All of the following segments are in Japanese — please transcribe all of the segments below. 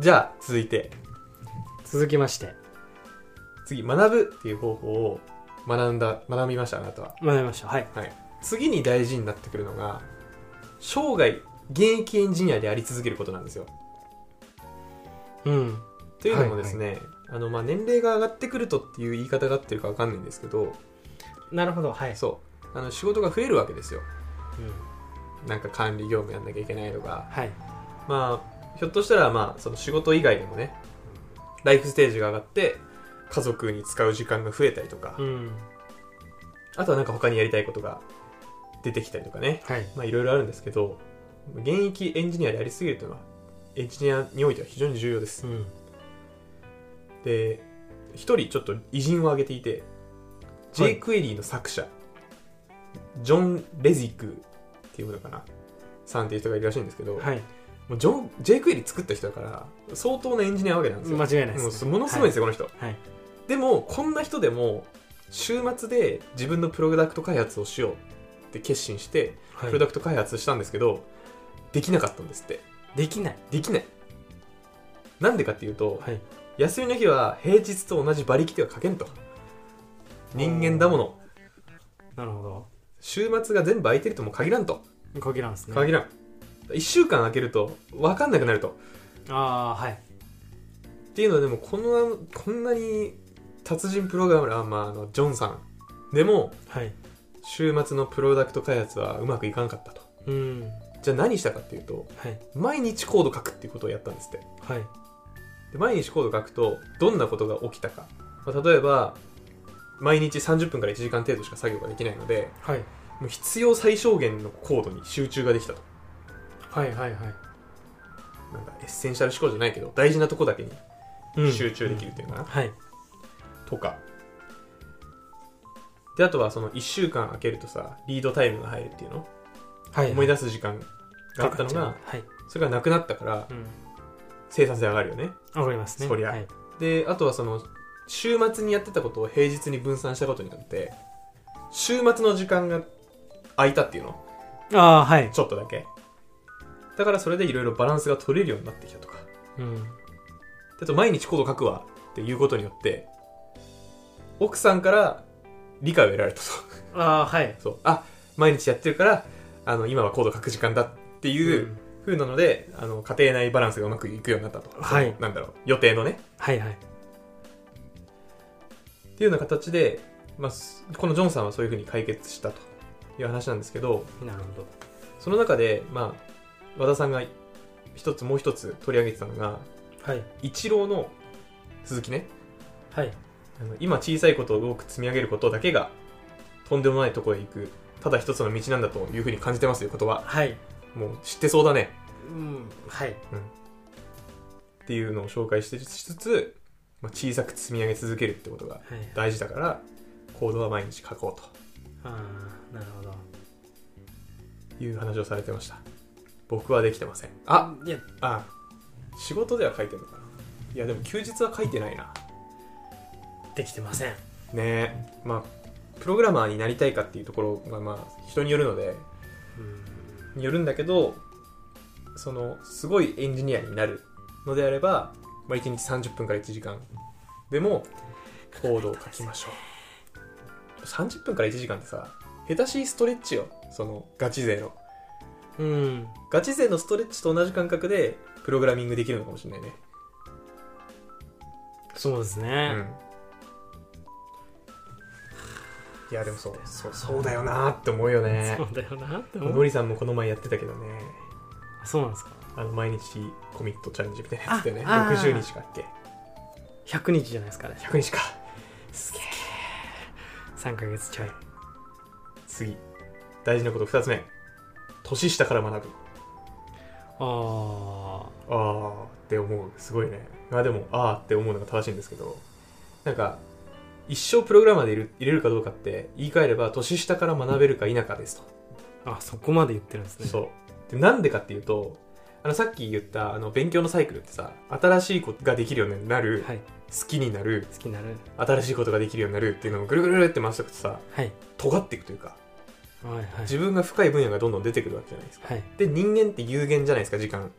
じゃあ、続いて、続きまして次、学ぶっていう方法を学んだ、学びました、あなたは。学びましたはい次に大事になってくるのが、生涯、現役エンジニアであり続けることなんですよ。うんというのもですね、あの、まあ、年齢が上がってくるとっていう言い方が合ってるかわかんないんですけど、なるほどはいそう、あの、仕事が増えるわけですよ。うん、なんか管理業務やんなきゃいけないとか、はいまあ、ひょっとしたら、まあ、その仕事以外でもね、ライフステージが上がって、家族に使う時間が増えたりとか、うんあとはなんか他にやりたいことが出てきたりとかね、はいまあいろいろあるんですけど、現役エンジニアでありすぎるというのは、エンジニアにおいては非常に重要ですう。んで、一人ちょっと偉人を挙げていて、はい JQuery の作者、ジョン・レジックっていうのかな、さんっていう人がいるらしいんですけど、はいもうジョン JQuery 作った人だから相当なエンジニアなわけなんですよ間違いないですねもうすものすごいんですよ、この人、はいでもこんな人でも週末で自分のプロダクト開発をしようって決心してはプいロダクト開発したんですけど、できなかったんですってできないできないなんでかっていうと、はい休みの日は平日と同じ馬力では書けんと人間だものなるほ週末が全部空いてるとも限らんとど限らんですね限らん1週間空けると分かんなくなるとああーはいっていうのはでもこのこんなに達人プログラマー、まあ、あのジョンさんでもはい週末のプロダクト開発はうまくいかなかったとうんじゃあ何したかっていうとはい毎日コード書くっていうことをやったんですってはいで毎日コード書くとどんなことが起きたか、まあ、例えば毎日30分から1時間程度しか作業ができないのではいもう必要最小限のコードに集中ができたとはいはいはいなんかエッセンシャル思考じゃないけど大事なとこだけうんに集中できるっていうのかな、はいとかであとはその1週間空けるとさリードタイムが入るっていうの、はい思い出す時間があったのがかかっちゃうはいそれがなくなったからうん生産性上がるよねわかりますねそりゃはいであとはその週末にやってたことを平日に分散したことによって週末の時間が空いたっていうのああはいちょっとだけだからそれでいろいろバランスが取れるようになってきたとかうんであと毎日コード書くわっていうことによって奥さんから理解を得られたと ああはいそうあ毎日やってるからあの今はコード書く時間だっていうう風なので、あの家庭内バランスがうまくいくようになったと、はいそのなんだろう予定のねはいはいっていうような形で、まあ、すこのジョンさんはそういう風に解決したという話なんですけどなるほどその中で、まあ、和田さんが一つもう一つ取り上げてたのがはいイチローの鈴木ねはいあの今小さいことを多く積み上げることだけがとんでもないところへ行くただ一つの道なんだという風に感じてますよ言葉はいもう知ってそうだねうんはいっていうのを紹介しつつ、まあ、小さく積み上げ続けるってことがはい大事だから行動は毎日書こうああなるほどという話をされてました僕はできてませんあいやあ仕事では書いてるのかないやでも休日は書いてないなできてませんねえまあプログラマーになりたいかっていうところがまあ人によるのでうんによるんだけどそのすごいエンジニアになるのであれば、まあ、1日30分から1時間でもコードを書きましょう30分から1時間ってさ下手しいストレッチよそのガチ勢のうんガチ勢のストレッチと同じ感覚でプログラミングできるのかもしれないねそうですうねんいやでもそうそうそうだよなーって思うよねそうだよなって思のうりさんもこの前やってたけどねそうなんですかあの毎日コミットチャレンジみたいなやつだよねああー60日かっけ100日じゃないですかね100日かすげえ3ヶ月ちょい次大事なこと2つ目年下から学ぶあああって思うすごいねまあでもああって思うのが正しいんですけどなんか一生プログラマーでいる入れるかどうかって言い換えれば年下から学べるか否かですと、ああそこまで言ってるんですねそうでなんでかっていうとあのさっき言ったあの勉強のサイクルってさ新しいことができるようになる、はい好きになる好きになる新しいことができるようになるっていうのをぐるぐるぐるって回しておくとさはい尖っていくというかはいはい自分が深い分野がどんどん出てくるわけじゃないですかはいで人間って有限じゃないですか時間はい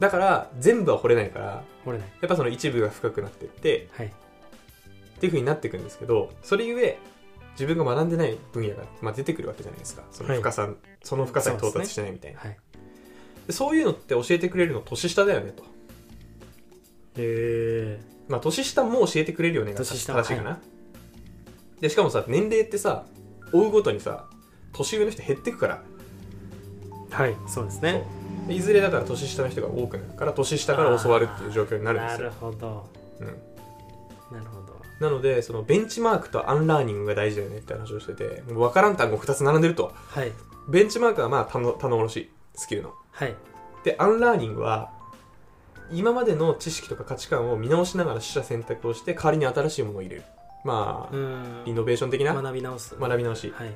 だから全部は掘れないからや掘れないっぱその一部が深くなってってはいっていう風になっていくんですけどそれゆえ自分が学んでない分野が、まあ、出てくるわけじゃないですかその深さ、その深さに到達してないみたいなはいでそういうのって教えてくれるの年下だよねとえまあ年下も教えてくれるよねが正年しい下かな、でしかもさ年齢ってさ追うごとにさ年上の人減ってくからー、はいそうですねそういずれだから年下の人が多くなるから年下から教わるっていう状況になるんですよ、ほどうん、なるほどなのでそのベンチマークとアンラーニングが大事だよねって話をしててもう分からん単語2つ並んでるとはいベンチマークはまあ棚棚卸しスキルのはいでアンラーニングは今までの知識とか価値観を見直しながら取捨選択をして代わりに新しいものを入れるまあ、うんリノベーション的な学び直す、学び直しはい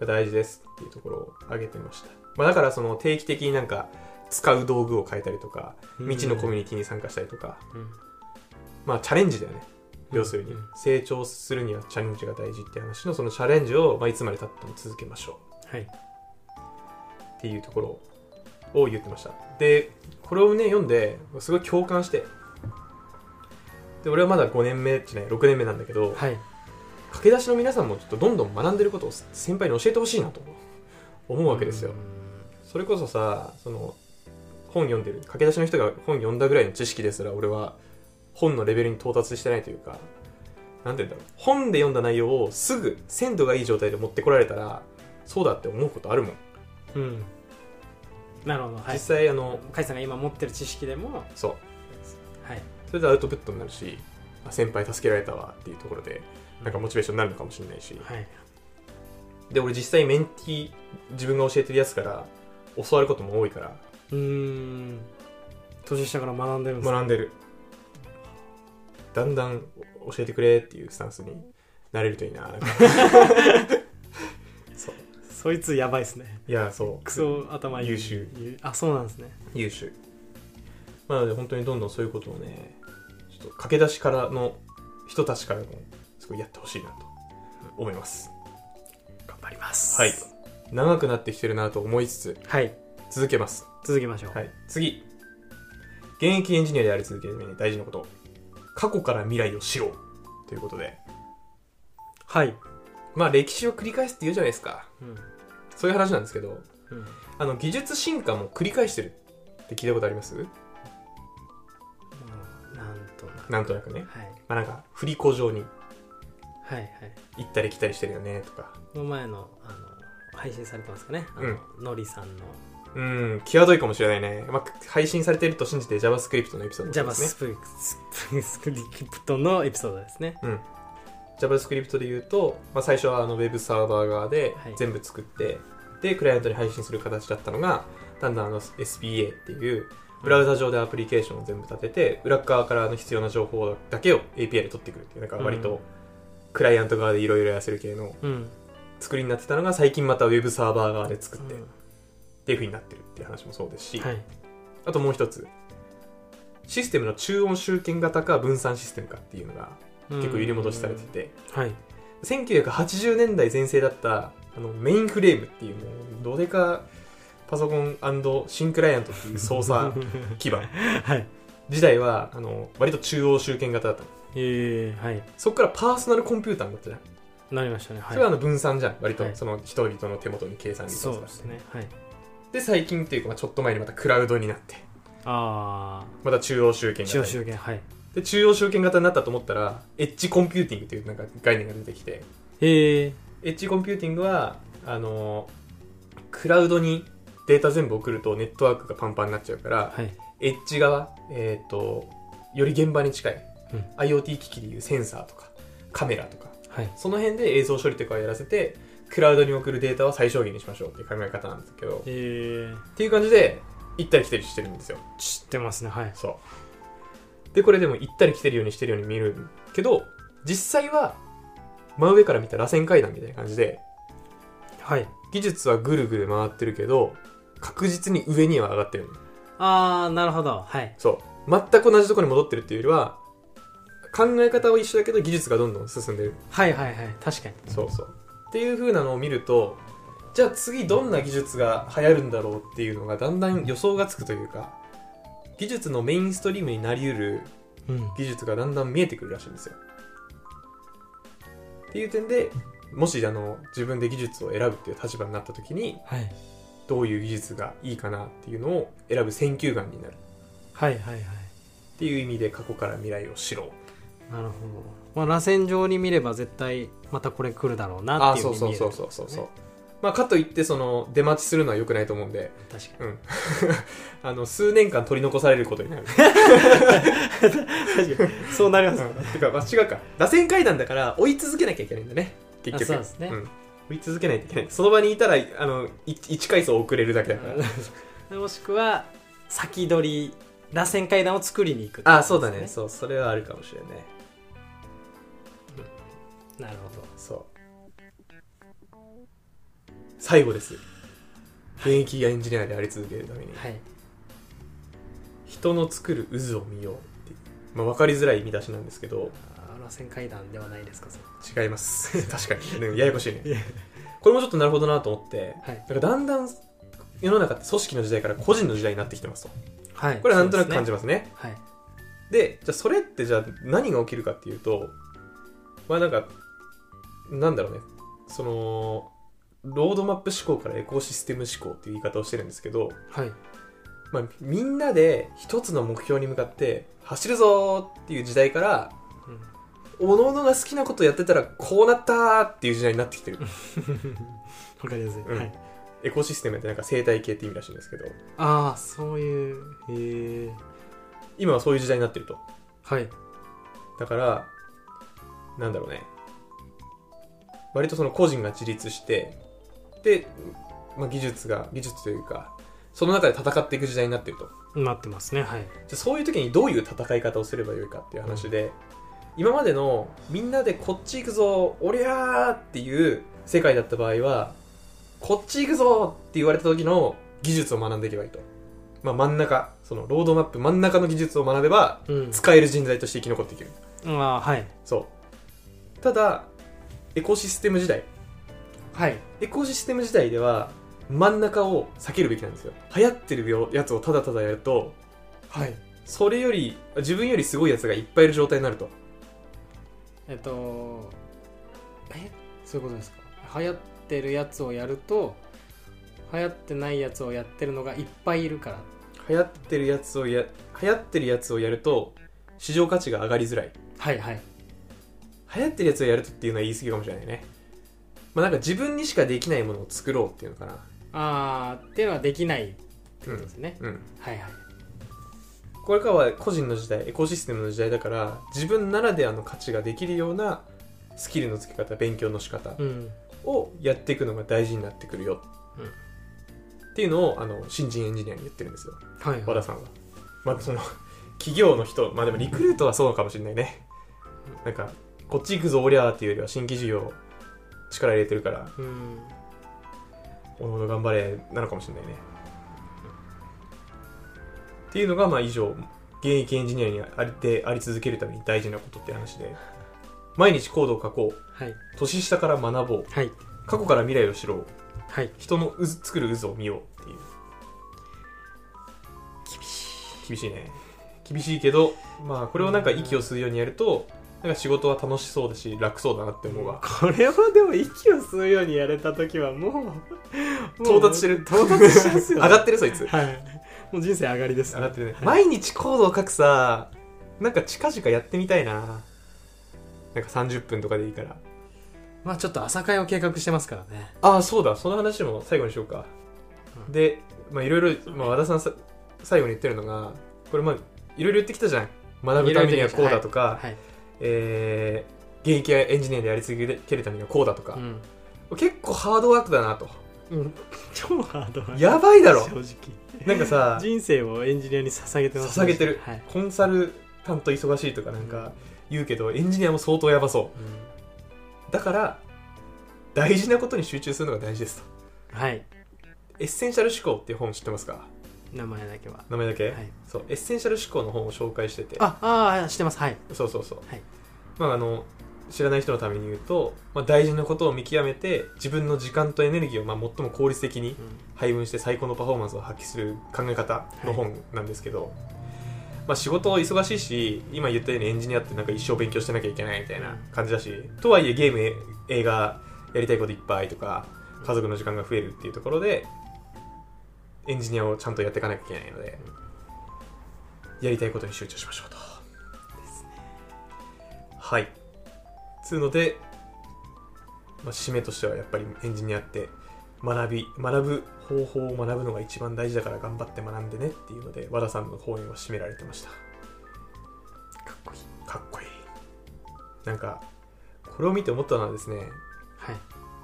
が大事ですっていうところを挙げてました、まあ、だからその定期的になんか使う道具を変えたりとか未知のコミュニティに参加したりとか、うんまあチャレンジだよねうん要するに、うん成長するにはチャレンジが大事って話のそのチャレンジを、まあ、いつまでたっても続けましょはい、うっていうところを言ってましたでこれをね読んですごい共感してで俺はまだ5年目じゃない6年目なんだけど、はい、駆け出しの皆さんもちょっとどんどん学んでることを先輩に教えてほしいなと思うわけですよ、それこそさその本読んでる駆け出しの人が本読んだぐらいの知識ですら俺は本のレベルに到達してないというかなんて言うんだろう本で読んだ内容をすぐ鮮度がいい状態で持ってこられたらそうだって思うことあるもん、うんうんなるほどは実い際あの甲斐さんが今持ってる知識でもそうはいそれでアウトプットになるしあ先輩助けられたわっていうところでなんかモチベーションになるのかもしれないしはいで俺実際メンティー自分が教えてるやつから教わることも多いからうーん年下から学んでるんですか学んでるだんだん教えてくれっていうスタンスになれるといいななん かそうそいつやばいですねいやそうクソ頭いい優秀ゆあそうなんですね優秀まあなので本当にどんどんそういうことをねちょっと駆け出しからの人たちからもすごいやってほしいなと思います頑張りますはい長くなってきてるなと思いつつはい続けます続きましょう、はい次現役エンジニアであり続けるために大事なこと過去から未来を知ろうということではいまあ歴史を繰り返すって言うじゃないですかうんそういう話なんですけどうんあの技術進化も繰り返してるって聞いたことありますなんとなくなんとなくねはいまあなんか振り子状にはいはい行ったり来たりしてるよねとかこの前のあの配信されてますかねあの、のりさんのうん際どいかもしれないね、まあ、配信されてると信じて JavaScript のエピソードですね JavaScript のエピソードですね JavaScript で言うと、まあ、最初はあのウェブサーバー側ではい全部作って、でクライアントに配信する形だったのがだんだんあの SPA っていうブラウザ上でアプリケーションを全部立てて裏側からの必要な情報だけを API で取ってくるっていうなんか割うんとクライアント側でいろいろやらせる系のうん作りになってたのが最近またウェブサーバー側で作って、うっんていう風になってるっていう話もそうですし、はいあともう一つシステムの中音集権型か分散システムかっていうのが結構揺り戻しされてて、はい1980年代前世だったあのメインフレームっていうもうどでかパソコン新クライアントっていう操 作基盤はい時代はあの割と中央集権型だったのえー、はいそこからパーソナルコンピューターになったじゃん、なりましたねはいそれはあの分散じゃん割とはいその人々の手元に計算率そうがですねはいで最近っていうか、まあ、ちょっと前にまたクラウドになってあまた中央集権あ型中央に集権はいで中央集権型になったと思ったらエッジコンピューティングというなんか概念が出てきてえー、エッジコンピューティングはあのクラウドにデータ全部送るとネットワークがパンパンになっちゃうからはいエッジ側、えー、とより現場に近い、うん IoT 機器でいうセンサーとかカメラとかはいその辺で映像処理とかをやらせてクラウドに送るデータは最小限にしましょうっていう考え方なんですけどえー、っていう感じで行ったり来たりしてるんですよ知ってますねはいそうでこれでも行ったり来てるようにしてるように見えるけど実際は真上から見た螺旋階段みたいな感じではい技術はぐるぐる回ってるけど確実に上には上がってるのああなるほどはいそう全く同じところに戻ってるっていうよりは考え方は一緒だけど技術がどんどん進んでるはいはいはい確かにそうそうっていう風なのを見るとじゃあ次どんな技術が流行るんだろうっていうのがだんだん予想がつくというか技術のメインストリームになりうるうん技術がだんだん見えてくるらしいんですよ。っていう点でもしあの自分で技術を選ぶっていう立場になった時にはいどういう技術がいいかなっていうのを選ぶ選球眼になるっはいはいはいていう意味で過去から未来を知ろうなるほど、まあ、螺旋状に見れば絶対またこれ来るだろうなあっていうそうふうそうに見えるそうそうそうそう、まあかといってその出待ちするのは良くないと思うんで確かあの数年間取り残されることにな るに確かにそうなりうまんすて かまあ違うか螺旋階段だから追い続けなきゃいけないんだね結局あそうですねん追い続けないといけないその場にいたらあのい一階層遅れるだけだからもしくは先取り螺旋階段を作りに行くあそうだねそうそれはあるかもしれないなるほどそう最後です現役エンジニアであり続けるために、はい人の作る渦を見ようっていう、まあ、分かりづらい見出しなんですけどあ螺旋階段ではないですかそれ違います 確か に、ねややこしいねいやこれもちょっとなるほどなと思って、はいだからだんだん世の中って組織の時代から個人の時代になってきてますとはいこれはなんとなく感じまますねすはいでじゃあそれってじゃあ何が起きるかっていうとまあなんかなんだろうねそのロードマップ思考からエコシステム思考っていう言い方をしてるんですけど、はいまあ、みんなで一つの目標に向かって走るぞーっていう時代から各々が好きなことやってたらこうなったーっていう時代になってきてるわかりやすい、うんはい、エコシステムってなんか生態系って意味らしいんですけどああそういうへえ今はそういう時代になってるとはいだからなんだろうね割とその個人が自立してで、まあ、技術が技術というかその中で戦っていく時代になってるとなってますねはいじゃあそういう時にどういう戦い方をすればよいかっていう話で、今までのみんなでこっち行くぞおりゃーっていう世界だった場合はこっち行くぞって言われた時の技術を学んでいけばいいと、まあ、真ん中そのロードマップ真ん中の技術を学べばうん使える人材として生き残っていけるああはいそうただエコシステム時代はいエコシステム時代では真ん中を避けるべきなんですよ流行ってるやつをただただやるとはいそれより自分よりすごいやつがいっぱいいる状態になるとえっとえそういうことですか流行ってるやつをやると流行ってないやつをやってるのがいっぱいいるから流行ってるやつをや流行ってるやつをやると市場価値が上がりづらいはいはい流行ってるやつをやるとっていうのは言い過ぎかもしれないねまあなんか自分にしかできないものを作ろうっていうのかなああっていうのはできないってことですね、うんはいはいこれからは個人の時代エコシステムの時代だから自分ならではの価値ができるようなスキルのつけ方勉強の仕方うんをやっていくのが大事になってくるよ、うんっていうのをあの新人エンジニアに言ってるんですよはい和はい田さんはまあその 企業の人まあでもリクルートはそうかもしれないねなんかこっち行くぞおりゃーっていうよりは新規事業力入れてるからうんおのおの頑張れなのかもしれないねっていうのがまあ以上現役エンジニアにありであり続けるために大事なことって話で毎日コードを書こうはい年下から学ぼうはい過去から未来を知ろうはい人の渦作る渦を見ようっていう厳しい厳しいね厳しいけどまあこれをなんか息を吸うようにやるとなんか仕事は楽しそうだし楽そうだなって思うわこれはでも息を吸うようにやれた時はもうもう到達してる到達してま す上よ、がってるそいつはいもう人生上がりです上がってるね毎日コードを書くさなんか近々やってみたいななんか30分とかでいいからまあちょっと朝会を計画してますからねああそうだその話も最後にしようか、うんでまあいろいろまあ和田さんさ最後に言ってるのがこれまあいろいろ言ってきたじゃん学ぶためにはこうだとか、はい、えー現役エンジニアでやり続けるためにはこうだとかう、ん結構ハードワークだなとうん、超ハードなやばいだろ正直なんかさ 人生をエンジニアに捧げてます捧げてる、はい、コンサル担当忙しいとかなんか言うけど、エンジニアも相当やばそううだから大事なことに集中するのが大事ですとん、はいエッセンシャル思考っていう本知ってますか名前だけは名前だけ、はいそうエッセンシャル思考の本を紹介しててあああしてますはいそうそうそう、はいまああの知らない人のために言うと、まあ、大事なことを見極めて自分の時間とエネルギーをまあ最も効率的にうん配分して最高のパフォーマンスを発揮する考え方の本なんですけど、まあ、仕事忙しいし今言ったようにエンジニアってなんか一生勉強してなきゃいけないみたいな感じだしとはいえゲームえ映画やりたいこといっぱいとか家族の時間が増えるっていうところでエンジニアをちゃんとやっていかなきゃいけないのでやりたいことに集中しましょうとはいつうので、まあ、締めとしてはやっぱりエンジニアって学び学ぶ方法を学ぶのが一番大事だから頑張って学んでねっていうので和田さんの講演を締められてましたかっこいいかっこいいなんかこれを見て思ったのはですねはい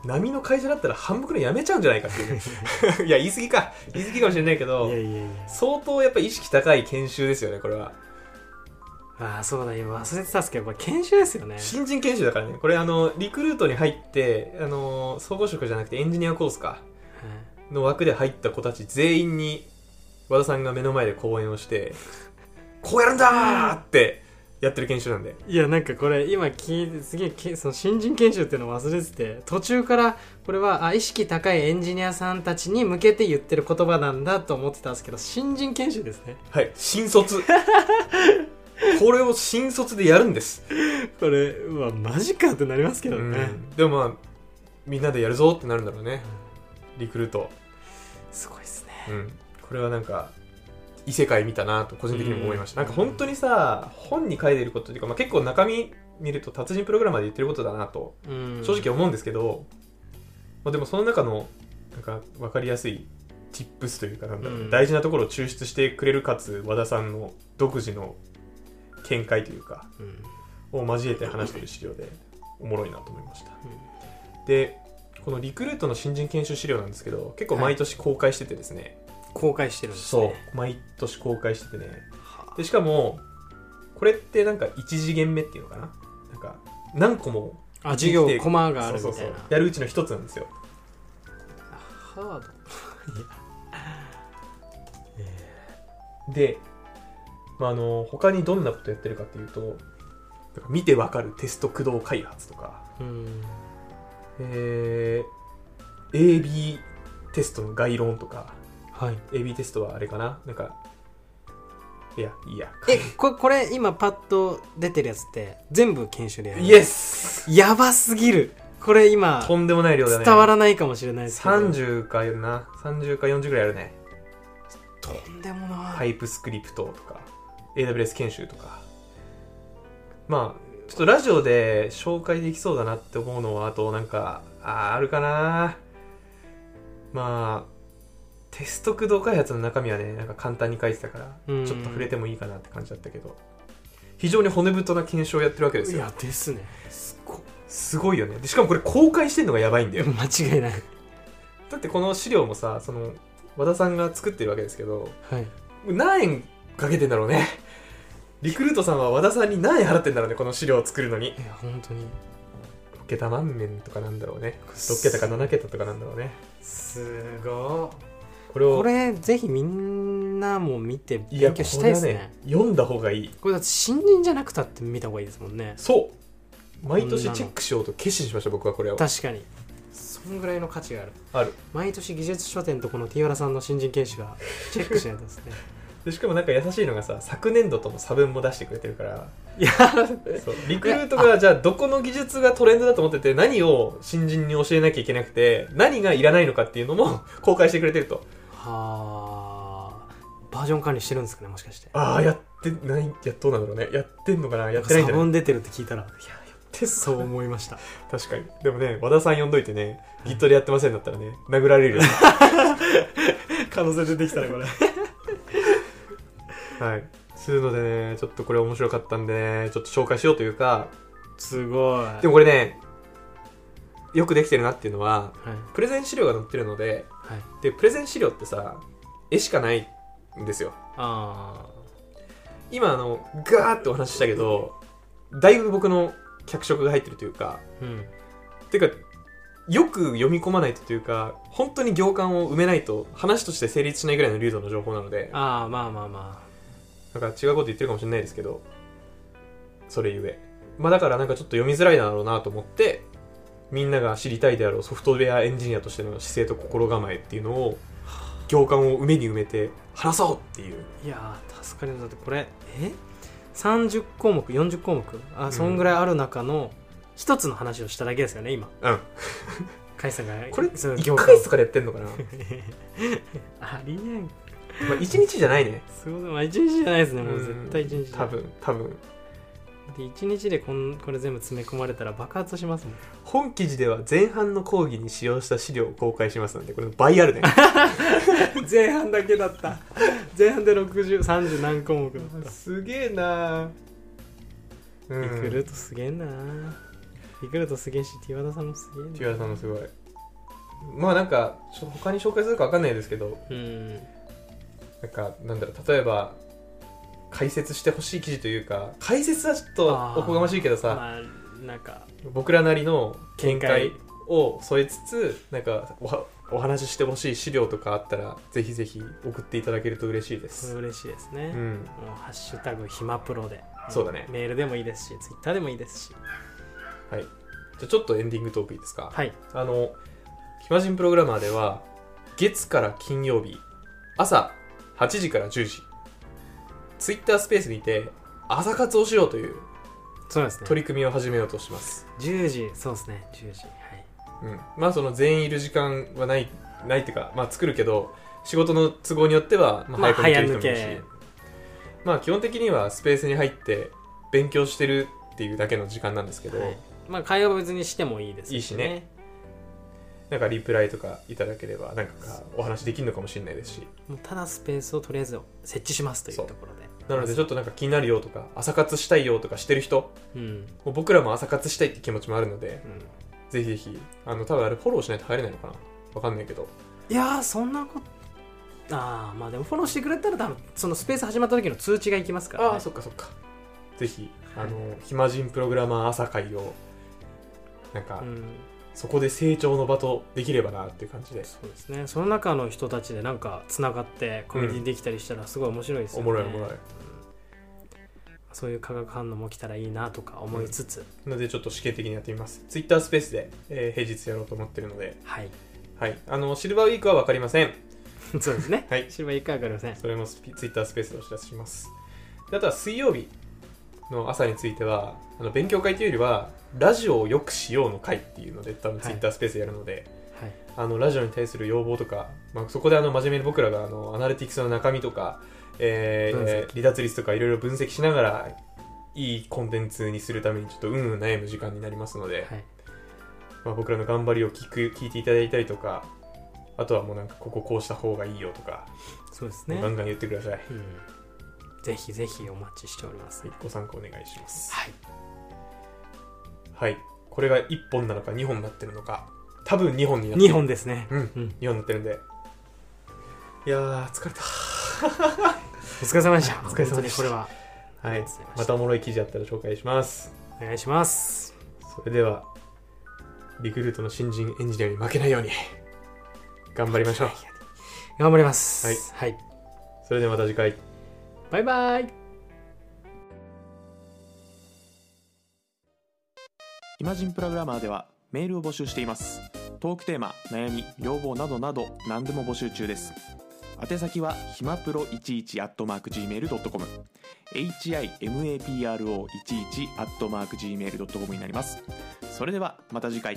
波の会社だったら半分くらい辞めちゃうんじゃないかっていう いや言い過ぎか言い過ぎかもしれないけどいやいやいや相当やっぱ意識高い研修ですよねこれはああそうだ今忘れてたんですけどこれ研修ですよね新人研修だからねこれあのリクルートに入ってあの総合職じゃなくてエンジニアコースかの枠で入った子たち全員に和田さんが目の前で講演をして こうやるんだーってやってる研修なんでいやなんかこれ今聞いてすげえけその新人研修っていうのを忘れてて途中からこれはあ意識高いエンジニアさんたちに向けて言ってる言葉なんだと思ってたんですけど新人研修ですねはい新 卒これを新卒でやるんです、これうわマジかってなりますけどうね、んでもまあみんなでやるぞってなるんだろうねリクルート、すごいですねうん、これはなんか異世界見たなと個人的にも思いました、うんなんか本当にさ本に書いてることというか、まあ、結構中身見ると達人プログラマーで言ってることだなとうん正直思うんですけど、まあ、でもその中のなんか分かりやすい tips というかなんだろう、うん大事なところを抽出してくれるかつ和田さんの独自の見解というかうん、うんを交えて話してる資料でおもろいなと思いましたでこのリクルートの新人研修資料なんですけど結構毎年公開しててですね、公開してるんですねそう毎年公開しててねはでしかもこれってなんか1次元目っていうのかななんか何個もあ授業コマがあるみそたいうなそうそうやるうちの一つなんですよハードで、まあ、あの他にどんなことやってるかっていうとだから見てわかるテスト駆動開発とか、うんえー AB テストの概論とかはい AB テストはあれかななんかいやいやえここれ今パッと出てるやつって全部研修でやるイエスやばすぎるこれ今とんでもない量だね伝わらないかもしれないですけど30かやるな30か40ぐらいあるねとんでもない、タイプスクリプトとか AWS 研修とかまあちょっとラジオで紹介できそうだなって思うのはあとなんかあーあるかなまあテスト駆動開発の中身はねなんか簡単に書いてたからちうょんっと触れてもいいかなって感じだったけど非常に骨太な検証をやってるわけですいよやですねすごすごいよねでしかもこれ公開してんのがやばいんだよ間違いないだってこの資料もさその和田さんが作ってるわけですけどはい何円かけてんだろうね リクルートさんは和田さんに何円払ってんだろうねこの資料を作るのにいや本当に6桁万年とかなんだろうね6桁か7桁とかなんだろうねすごこれいをこれぜひみんなも見ていやこ勉強しれたいではすねね読んだ方がいいこれだって新人じゃなくたって見た方がいいですもんねそう毎年チェックしようと決心しました僕はこれを確かにそんぐらいの価値があるある毎年技術書店とこのティオラさんの新人研修はチェックしないとです ねでしかもなんか優しいのがさ昨年度との差分も出してくれてるからいや そうリクルートがじゃあどこの技術がトレンドだと思ってて何を新人に教えなきゃいけなくて何がいらないのかっていうのも 公開してくれてるとはあバージョン管理してるんですかねもしかしてああやってないいやどうなんだろうねやってんのかなやってないんじ差ゃない分出てるって聞いたらいややってんのそう思いました確かにでもね和田さん呼んどいてね Git でやってませんだったらね殴られる よ可能性出てきたらこれはいするのでねちょっとこれ面白かったんでねちょっと紹介しようというかすごいでもこれねよくできてるなっていうのははいプレゼン資料が載ってるのではいでプレゼン資料ってさ絵しかないんですよあ今あのガーってお話ししたけどだいぶ僕の脚色が入ってるというかーうんていうかよく読み込まないとというか本当に行間を埋めないと話として成立しないぐらいの流度の情報なのでああまあまあまなんか違うこと言ってるかもしれないですけどそれゆえまあだからなんかちょっと読みづらいだろうなと思ってみんなが知りたいであろうソフトウェアエンジニアとしての姿勢と心構えっていうのをあ行間を埋めに埋めて話そうっていういやー助かりますだってこれえ30項目40項目うあんそんぐらいある中の一つの話をしただけですよね今うん甲斐さんがこれその1行ヶ間月とかでやってんのかなまありえんあ1日じゃないねすごいまあ一日じゃないです ねもう絶対一日じゃな多い分多分で一日でこんこれ全部詰め込まれたら爆発しますもん本記事では前半の講義に使用した資料を公開しますのでこれ倍あるね 前半だけだった 前半で6030何項目だっ たすげえなうリんクルートすげえなリクルートすげえしティワダさんもすげえな木村さんもすごいまあなんかちょっと他に紹介するか分かんないですけどうんなんかなんだろう例えば解説してほしい記事というか解説はちょっとおこがましいけどさまあなんか僕らなりの見見解解を添えつつなんかおはお話ししてほしい資料とかあったらぜひぜひ送っていただけると嬉しいでこれす、嬉しいですねう、ん、もうハッシュタグひまプロでそうだねメールでもいいですしツイッターでもいいですしはいじゃあちょっとエンディングトークいいですか、はいあの「暇人プログラマー」では月から金曜日朝8時から10時ツイッタースペースにて朝活をしようというそうですね取り組みを始めようとします、 10時そうですね10時はいうん、まあその全員いる時間はないないっていうかまあ作るけど仕事の都合によってはままああ早く抜ける人もいるし、早抜けまあ基本的にはスペースに入って勉強してるっていうだけの時間なんですけど、はいまあ会話は別にしてもいいですいいしねなんかリプライとかいただければなんかお話できるのかもしれないですしもうただスペースをとりあえず設置しますというそうところでなのでちょっとなんか気になるよとか朝活したいよとかしてる人うん、うん、もう僕らも朝活したいって気持ちもあるのでぜひぜひあの多分あれフォローしないと入れないのかなわかんないけどいやーそんなことああまあでもフォローしてくれたら多分そのスペース始まった時の通知がいきますから、ね、ああそっかそっかぜひあの暇人プログラマー朝会をなんか、うんそこで成長の場とできればなっていう感じでそうですねその中の人たちでなんかつながってコミュニティできたりしたらすごい面白いですよおね、もろいおもろいそういう化学反応も来たらいいなとか思いつつ、のでちょっと試験的にやってみますツイッタースペースで、えー平日やろうと思ってるのではいはいあのシルバーウィークは分かりませんそうですね。はいシルバー一回わかりません。それもスピツイッタースペースでお知らせしますであとは水曜日の朝についてはあの勉強会というよりはラジオをよくしようの会っていうので多分はいツイッタースペースでやるので、はい。あのラジオに対する要望とか、まあ、そこであの真面目に僕らがあのアナリティクスの中身とか、えー分析えー離脱率とかいろいろ分析しながらいいコンテンツにするためにちょっとうんうん悩む時間になりますので、はい。まあ、僕らの頑張りを聞く聞いていただいたりとかあとはもうなんかこここうした方がいいよとか、そうですね。ガンガン言ってくださいうん。ぜひぜひお待ちしております。ご参考お願いしますはい。はい。これが1本なのか2本になってるのか。多分2本になってる。二本ですね。うん。うん。 2本になってるんで。いやー、疲れた。お疲れ様でした。お疲れ様でした本当にこれははい。またおもろい記事あったら紹介します。お願いします。それでは、リクルートの新人エンジニアに負けないように、頑張りましょう。頑張ります。はい。はい。それではまた次回。バイバイ。イマジンプログラマーではメールを募集していますトークテーマ悩み要望などなど何でも募集中です宛先はひまプロ11 at mark gmail.com himapro11 at mark gmail.com になりますそれではまた次回